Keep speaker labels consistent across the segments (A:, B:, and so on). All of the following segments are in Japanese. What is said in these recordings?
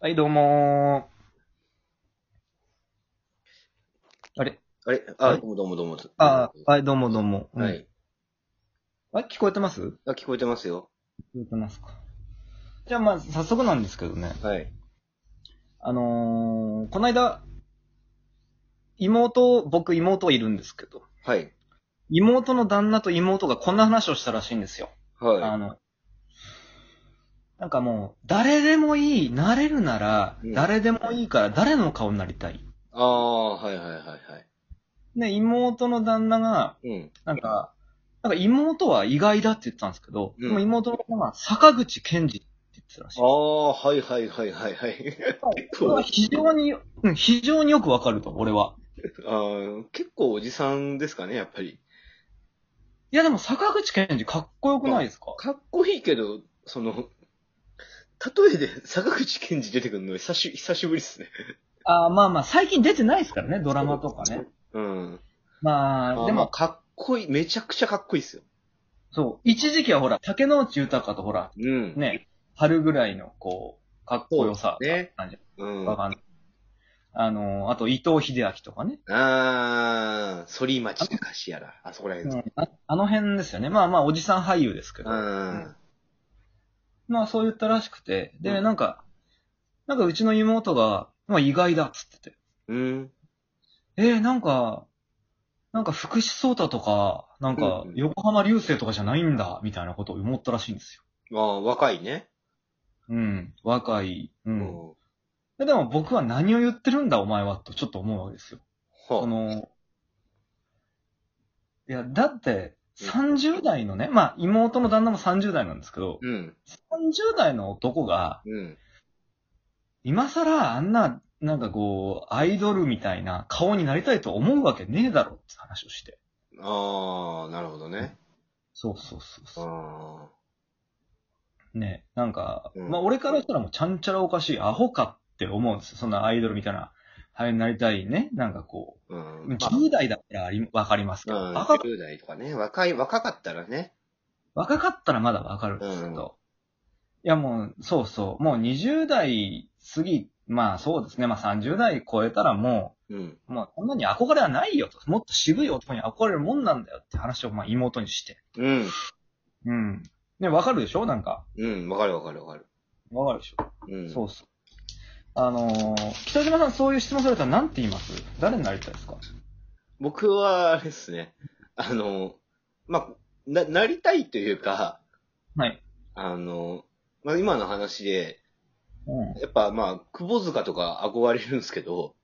A: はい、どうもー。あれ
B: あれ
A: は
B: あ、
A: い
B: どうもどうもどうも。
A: あー、はい、どうもどうも。うん
B: は。い。
A: あ、聞こえてます聞
B: あ、聞こえてますよ。
A: こえてますか。じゃあ、まあ、早速なんですけどね。
B: はい。
A: あのー、この間、妹、僕妹いるんですけど、
B: はい。
A: 妹の旦那と妹がこんな話をしたらしいんですよ。あ
B: は
A: の、なんかもう、誰でもいい、なれるなら、
B: うん
A: 誰でもいいから誰の顔になりたい。
B: い。ああ、はいはいはいは
A: で、妹の旦那が、
B: い。うん。
A: なんか、なんか妹は意外だって言ってたんですけど、
B: うん
A: でも妹の旦那は坂口健二って言ってたらしい
B: あ。あ、はいはいはいはいはい。
A: これは非常に、うん、非常によくわかると、俺は。
B: あー結構おじさんですかね、やっぱり。
A: いやでも坂口健二かっこよくないですか
B: かっこいいけど、その、例えで坂口健二出てくるの久し久しぶりですね。
A: あーまあまあ、最近出てないですからね、ドラマとかね。
B: うん。
A: まあ、
B: で
A: で
B: も、
A: も、
B: かっこいい。めちゃくちゃかっこいいですよ。
A: そう、一時期はほら、竹野内豊とほら、
B: うん。。
A: ね、春ぐらいの、こう、かっこよさ。
B: ね。
A: なんじ
B: うん。
A: ゃわ
B: あ
A: かんない。あの、あと伊藤秀明とかね。
B: あー、反町隆史やら。あそこら辺
A: う
B: です。
A: んああの辺ですよね。まあまあ、おじさん俳優ですけど
B: う。ん。
A: まあ、そう言ったらしくて。で、
B: うん
A: なんか、なんかうちの妹が、まあ意外だっつってて。
B: うん。
A: えー、なんか、なんか福士蒼太とか、なんか
B: うんうん
A: 横浜流星とかじゃないんだ、みたいなことを思ったらしいんですよ。
B: ああ、若いね。
A: うん。若い。う。
B: うんん。は
A: ででも僕は何を言ってるんだ、お前は、とちょっと思うわけですよ。そ
B: あ。
A: の、いや、だって、
B: うん
A: 30代のね、まあ、妹の旦那も30代なんですけど、
B: うん。
A: 30代の男が、
B: うん。
A: 今更あんな、なんかこう、アイドルみたいな顔になりたいと思うわけねえだろって話をして。
B: ああ、なるほどね。
A: そうそうそうそ
B: あ
A: う。ね、なんか、
B: うん
A: まあ、俺からしたらもうちゃんちゃらおかしい、アホかって思うんですよ。そんなアイドルみたいな、俳優になりたいね。なんかこ
B: あ。う
A: う、
B: ん。ま
A: 10代だったらありわかりますけど、
B: あ、
A: 若
B: うん10代とかね。若い、若かったらね。
A: 若かったらまだわかるんですけど、
B: うん
A: いやもう、そうそう、もう20代過ぎ、まあそうですね、まあ30代超えたらも
B: うん。
A: う、もうこんなに憧れはないよと、もっと渋い男に憧れるもんなんだよって話をまあ妹にして。
B: うん。
A: うん。ね、わかるでしょなんか。
B: うん。わかるわかるわかる。
A: わかるでしょ、
B: うん。
A: そうそう。あのー、北島さんそういう質問されたら何て言います誰になりたいですか
B: 僕は、あれですね。あの、まあ、な、なりたいというか、
A: はい。
B: あの、まあ、今の話で、
A: うん。
B: やっぱまあ、窪塚とか憧れるんですけど、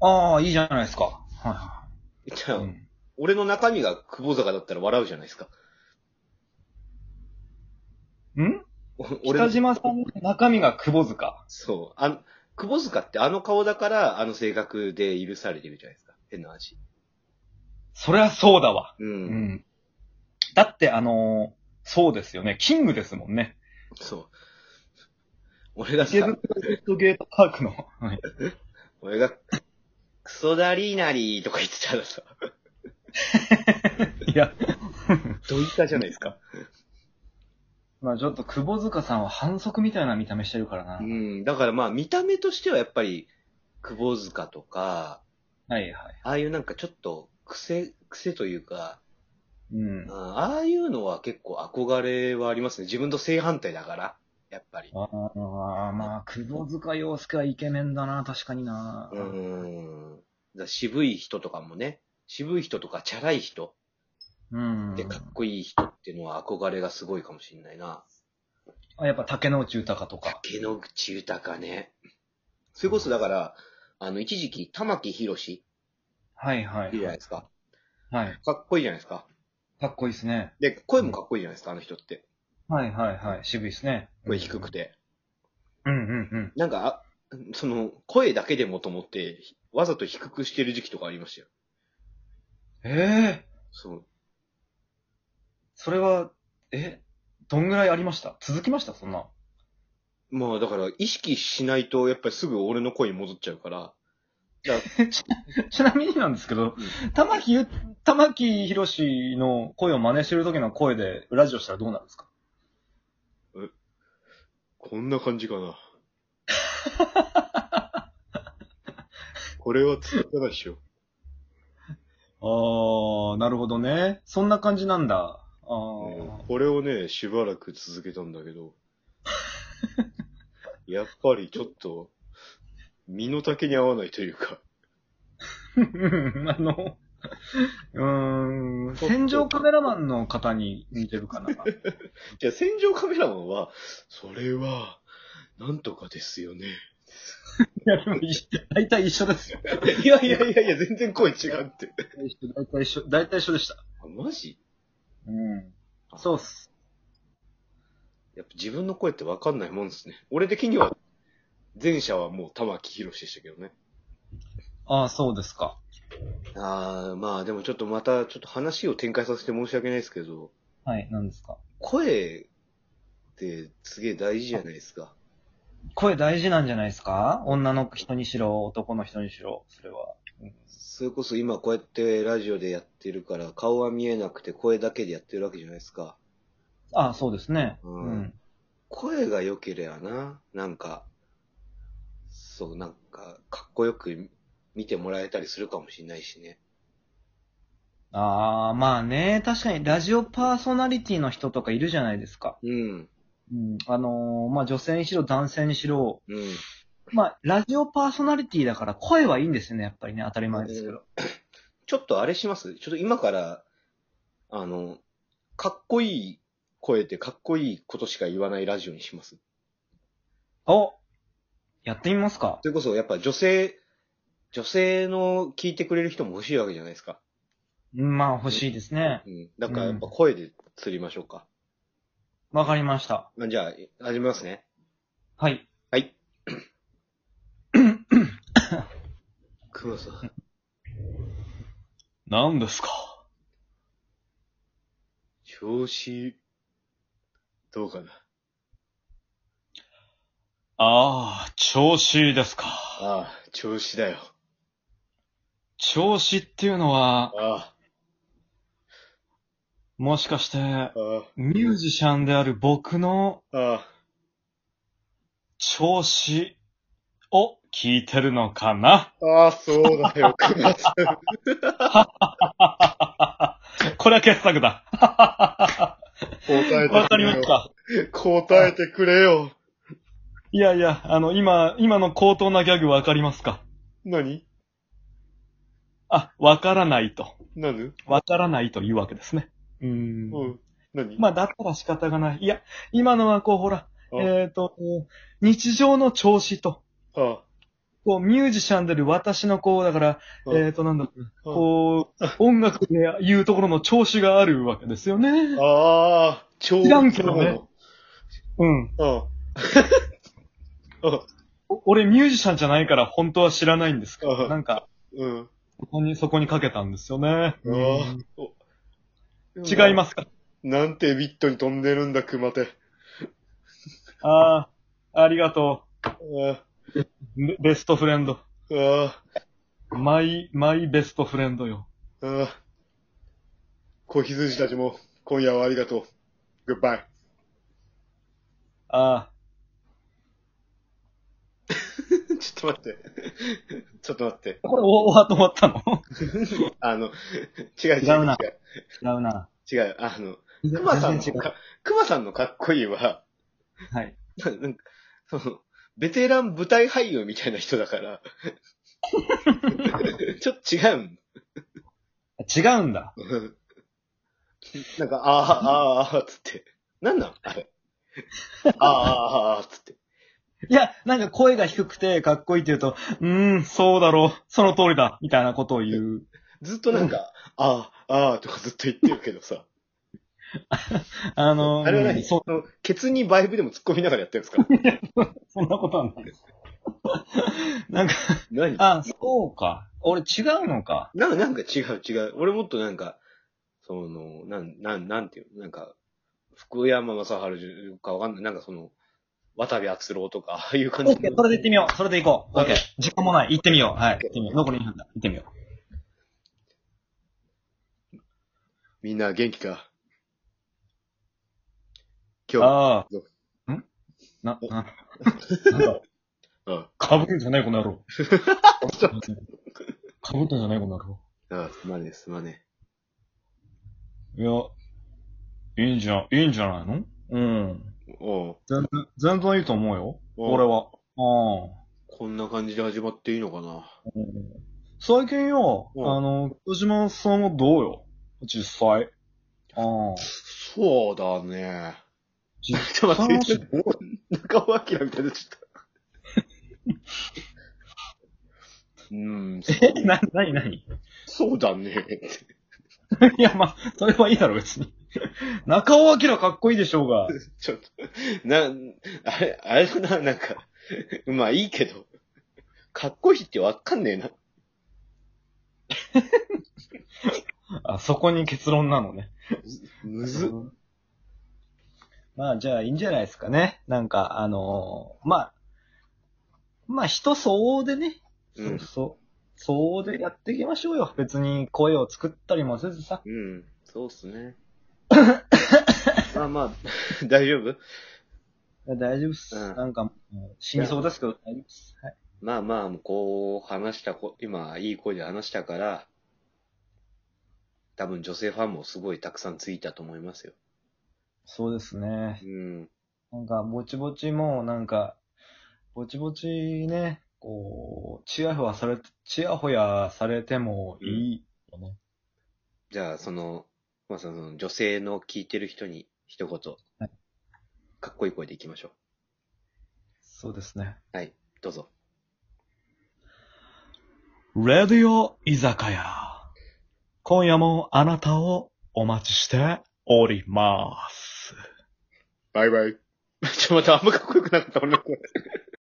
A: ああ、いいじゃないですか。は
B: じ
A: い
B: ゃあ、
A: はい。うん
B: 俺の中身が窪塚だったら笑うじゃないですか。
A: ん
B: お俺の
A: 北島さんの中身が窪塚。
B: そう。あの、窪塚ってあの顔だから、あの性格で許されてるじゃないですか。変な話。
A: そりゃそうだわ。
B: うん。
A: うん。だって、あのーそうですよね。キングですもんね。
B: そう。俺が
A: 池
B: さ、
A: 袋ジェットゲートパークの。はい
B: 俺が、クソダリーナリーとか言ってたらさ、
A: いや、
B: どういったじゃないですか。
A: まあちょっと、久保塚さんは反則みたいな見た目してるからな。
B: うん。だからまあ、見た目としてはやっぱり、窪塚とか、
A: はいはい。
B: ああいうなんかちょっと、癖、癖というか、
A: うん
B: うん。ああいうのは結構憧れはありますね。自分と正反対だから、やっぱり。
A: ああ、まあ、久保塚洋介はイケメンだな、確かにな。
B: うーん。だ渋い人とかもね、渋い人とかチャラい人
A: うん。
B: でかっこいい人っていうのは憧れがすごいかもしれないな。
A: あやっぱ竹野内豊とか。
B: 竹野口豊ね。それこそだから、あの、一時期、玉木宏い
A: はいは
B: る
A: い。
B: じゃないですか。
A: はい。
B: かっこいいじゃないですか。
A: かっこいいですね。
B: で、声もかっこいいじゃないですか、あの人って。
A: はいはいはい。渋いですね。
B: 声低くて。
A: うんうんうん。
B: なんか、あその、声だけでもと思って、わざと低くしてる時期とかありましたよ。
A: ええ
B: そう。
A: それは、え、どんぐらいありました続きましたそんな。
B: まあだから、意識しないと、やっぱりすぐ俺の声に戻っちゃうから、
A: ちなみになんですけど、
B: う
A: 玉木ゆ、玉木宏の声を真似してる時の声でラジオしたらどうなるんですか
B: こんな感じかな。 これは作らないでしょ。
A: ああ、なるほどね。そんな感じなんだ。あ
B: うん
A: ー
B: これをね、しばらく続けたんだけど、 やっぱりちょっと、身の丈に合わないというか、
A: あの、うーん、戦場カメラマンの方に似てるかな。
B: じゃあ戦場カメラマンは、それは、なんとかですよね。
A: いや、でも一緒、大体一緒ですよ。
B: いやいやいやいや、 全然声違うって。
A: 大体一緒、大体一緒でした。
B: あマジ
A: うん。そうっす。
B: やっぱ自分の声ってわかんないもんですね。俺的には、前者はもう玉木宏でしたけどね。
A: ああ、そうですか。
B: ああ、まあでもちょっとまた、ちょっと話を展開させて申し訳ないですけど、
A: はい、何ですか。
B: 声ってすげえ大事じゃないですか。
A: 声大事なんじゃないですか女の人にしろ、男の人にしろ、それは。
B: それこそ今こうやってラジオでやってるから、顔は見えなくて声だけでやってるわけじゃないですか。
A: ああ、そうですね。
B: う
A: うんん。
B: 声が良ければな、なんか、そう、なんか、かっこよく見てもらえたりするかもしれないしね。
A: ああ、まあね、確かにラジオパーソナリティの人とかいるじゃないですか。
B: うん、
A: うん。あのーまあ女性にしろ、男性にしろ、
B: うん。
A: まあ、ラジオパーソナリティだから声はいいんですよね、やっぱりね、当たり前ですけど。
B: ちょっとあれしますちょっと今から、あの、かっこいい声でかっこいいことしか言わないラジオにします。
A: おやってみますか
B: それこそやっぱ女性、女性の聞いてくれる人も欲しいわけじゃないですか。
A: うんまあ欲しいですね。
B: うん。だからやっぱ声で釣りましょうか。
A: わかりました。
B: あじゃあ、始めますね。
A: はい。
B: はい。熊さん、
A: 何ですか
B: 調子、どうかな。
A: ああ、調子いいですか。
B: ああ、調子だよ。
A: 調子っていうのは、
B: あ
A: もしかして
B: あ、、あ
A: ミュージシャンである僕の
B: あ、ああ。
A: 調子を聞いてるのかな
B: ああ、そうだ よ、熊さん。
A: これは傑作 だ。
B: 答えてくれよ。
A: わかりました。
B: 答えてくれよ。
A: いやいや、あの、今、今の高等なギャグわかりますか
B: 何
A: あ、わからないと。
B: 何
A: わからないというわけですね。うーん
B: うん。何
A: まあ、だったら仕方がない。いや、今のはこう、ほら、
B: あ
A: えっ、と、日常の調子と、
B: あ
A: こう、ミュージシャンである私のこう、だから、
B: あ
A: えっ、と、なんだろう、
B: あ
A: こう、音楽でいうところの調子があるわけですよね。
B: ああ、超
A: 知らんけどね。うん。
B: ああ。ああ、
A: お俺ミュージシャンじゃないから本当は知らないんですけ
B: あ
A: ど、なんか、
B: うん。
A: そこに、そこにかけたんですよね。
B: ああお
A: 違いますか
B: なんてビットに飛んでるんだ、熊手。
A: ああ、ありがと
B: ああ、
A: う。ベベストフレンド。
B: あ
A: マイ、マイベストフレンドよ。
B: あ、ああ。小羊たちも、今夜はありがとう。グッバイ。
A: あ
B: ちょっと待って。 ちょっと待って。
A: あ。これ、お、おは止まったの
B: あの、違う違う違
A: 違うな
B: う。
A: 違うな。
B: 違う。あの、熊さんの
A: 全然違う。
B: か、熊さんのかっこいいは、
A: はい。
B: な なんか、その、ベテラン舞台俳優みたいな人だから、 ちょっと違うん。
A: 違うんだ。
B: うんなんか、あーあーあーつって。なんなんあれ。あーあーあーつって。
A: いや、なんか声が低くてかっこいいって言うと、うーん、そうだろう、その通りだ、みたいなことを言う。
B: ずっとなんか、あーあーとかずっと言ってるけどさ。
A: あのー、
B: あれは
A: うん
B: 何
A: そ
B: その、ケツにバイブでも突っ込みながらやってるんですか
A: そんなことはないです。なんか、
B: 何
A: あ、そうか。俺違うのか。
B: なんか、なんか違う違う。俺もっとなんか、その、なん、なん、なんていうのなんか、福山雅治かわかんない。なんかその、渡部篤郎とか、ああいう感
A: オ
B: じ
A: ッケー、それで行ってみよう。それで行こう。オッケー。時間もない。行ってみよう。はい。行ってみよう。残り2分だ。行ってみよう。
B: みんな元気か今 日、
A: ああ。んな、な、なんだろう
B: うん
A: かぶってんじゃないこの野郎。かぶったんじゃないこの野郎。
B: ああ、すまねえ、すまね
A: いや、いいんじゃ、いいんじゃないのうん。
B: え。おう
A: 全然、全然いいと思うよ。
B: おう
A: 俺は。ああ。
B: こんな感じで始まっていいのかな。
A: 最近よ、
B: うん
A: あの、北島さんはどうよ実際。ああ。
B: そうだね。
A: 実
B: ちょっと待って
A: 際どうよ
B: 中尾明みたいになっ ちゃった。うん、そ
A: え、 な、なになに
B: そうだね。
A: いや、まあ、それはいいだろ、別に。中尾明かっこいいでしょう が。
B: ちょっと、な、あれ、あれだな、なんか、まあいいけど、かっこいいってわかんねえな。
A: あ、そこに結論なのね。
B: むずっ。
A: まあ、じゃあ、いいんじゃないですかね。なんか、あのーまあ、まあ、人相応でね。
B: う。
A: そうんそう。相応でやっていきましょうよ。別に声を作ったりもせずさ。
B: うん、そうっす ね。まあまあ、大丈夫
A: 大丈夫っす。
B: うん
A: なんか、もう死にそうですけど、大丈夫っす。はい。
B: まあまあ、こう、話したこ、今、いい声で話したから、多分女性ファンもすごいたくさんついたと思いますよ。
A: そうですね。
B: うん。
A: なんか、ぼちぼちもう、なんか、ぼちぼちね、こう、チヤホヤされ、チヤホヤされてもいいよね。
B: じゃあ、その、まあその、女性の聞いてる人に一言、
A: はい
B: かっこいい声でいきましょ
A: そうですね。
B: う。はい、どうぞ。
A: レディオ居酒屋。今夜もあなたをお待ちしております。
B: バイバイ。ちょ、またあんまかっこよくなかった、俺の声。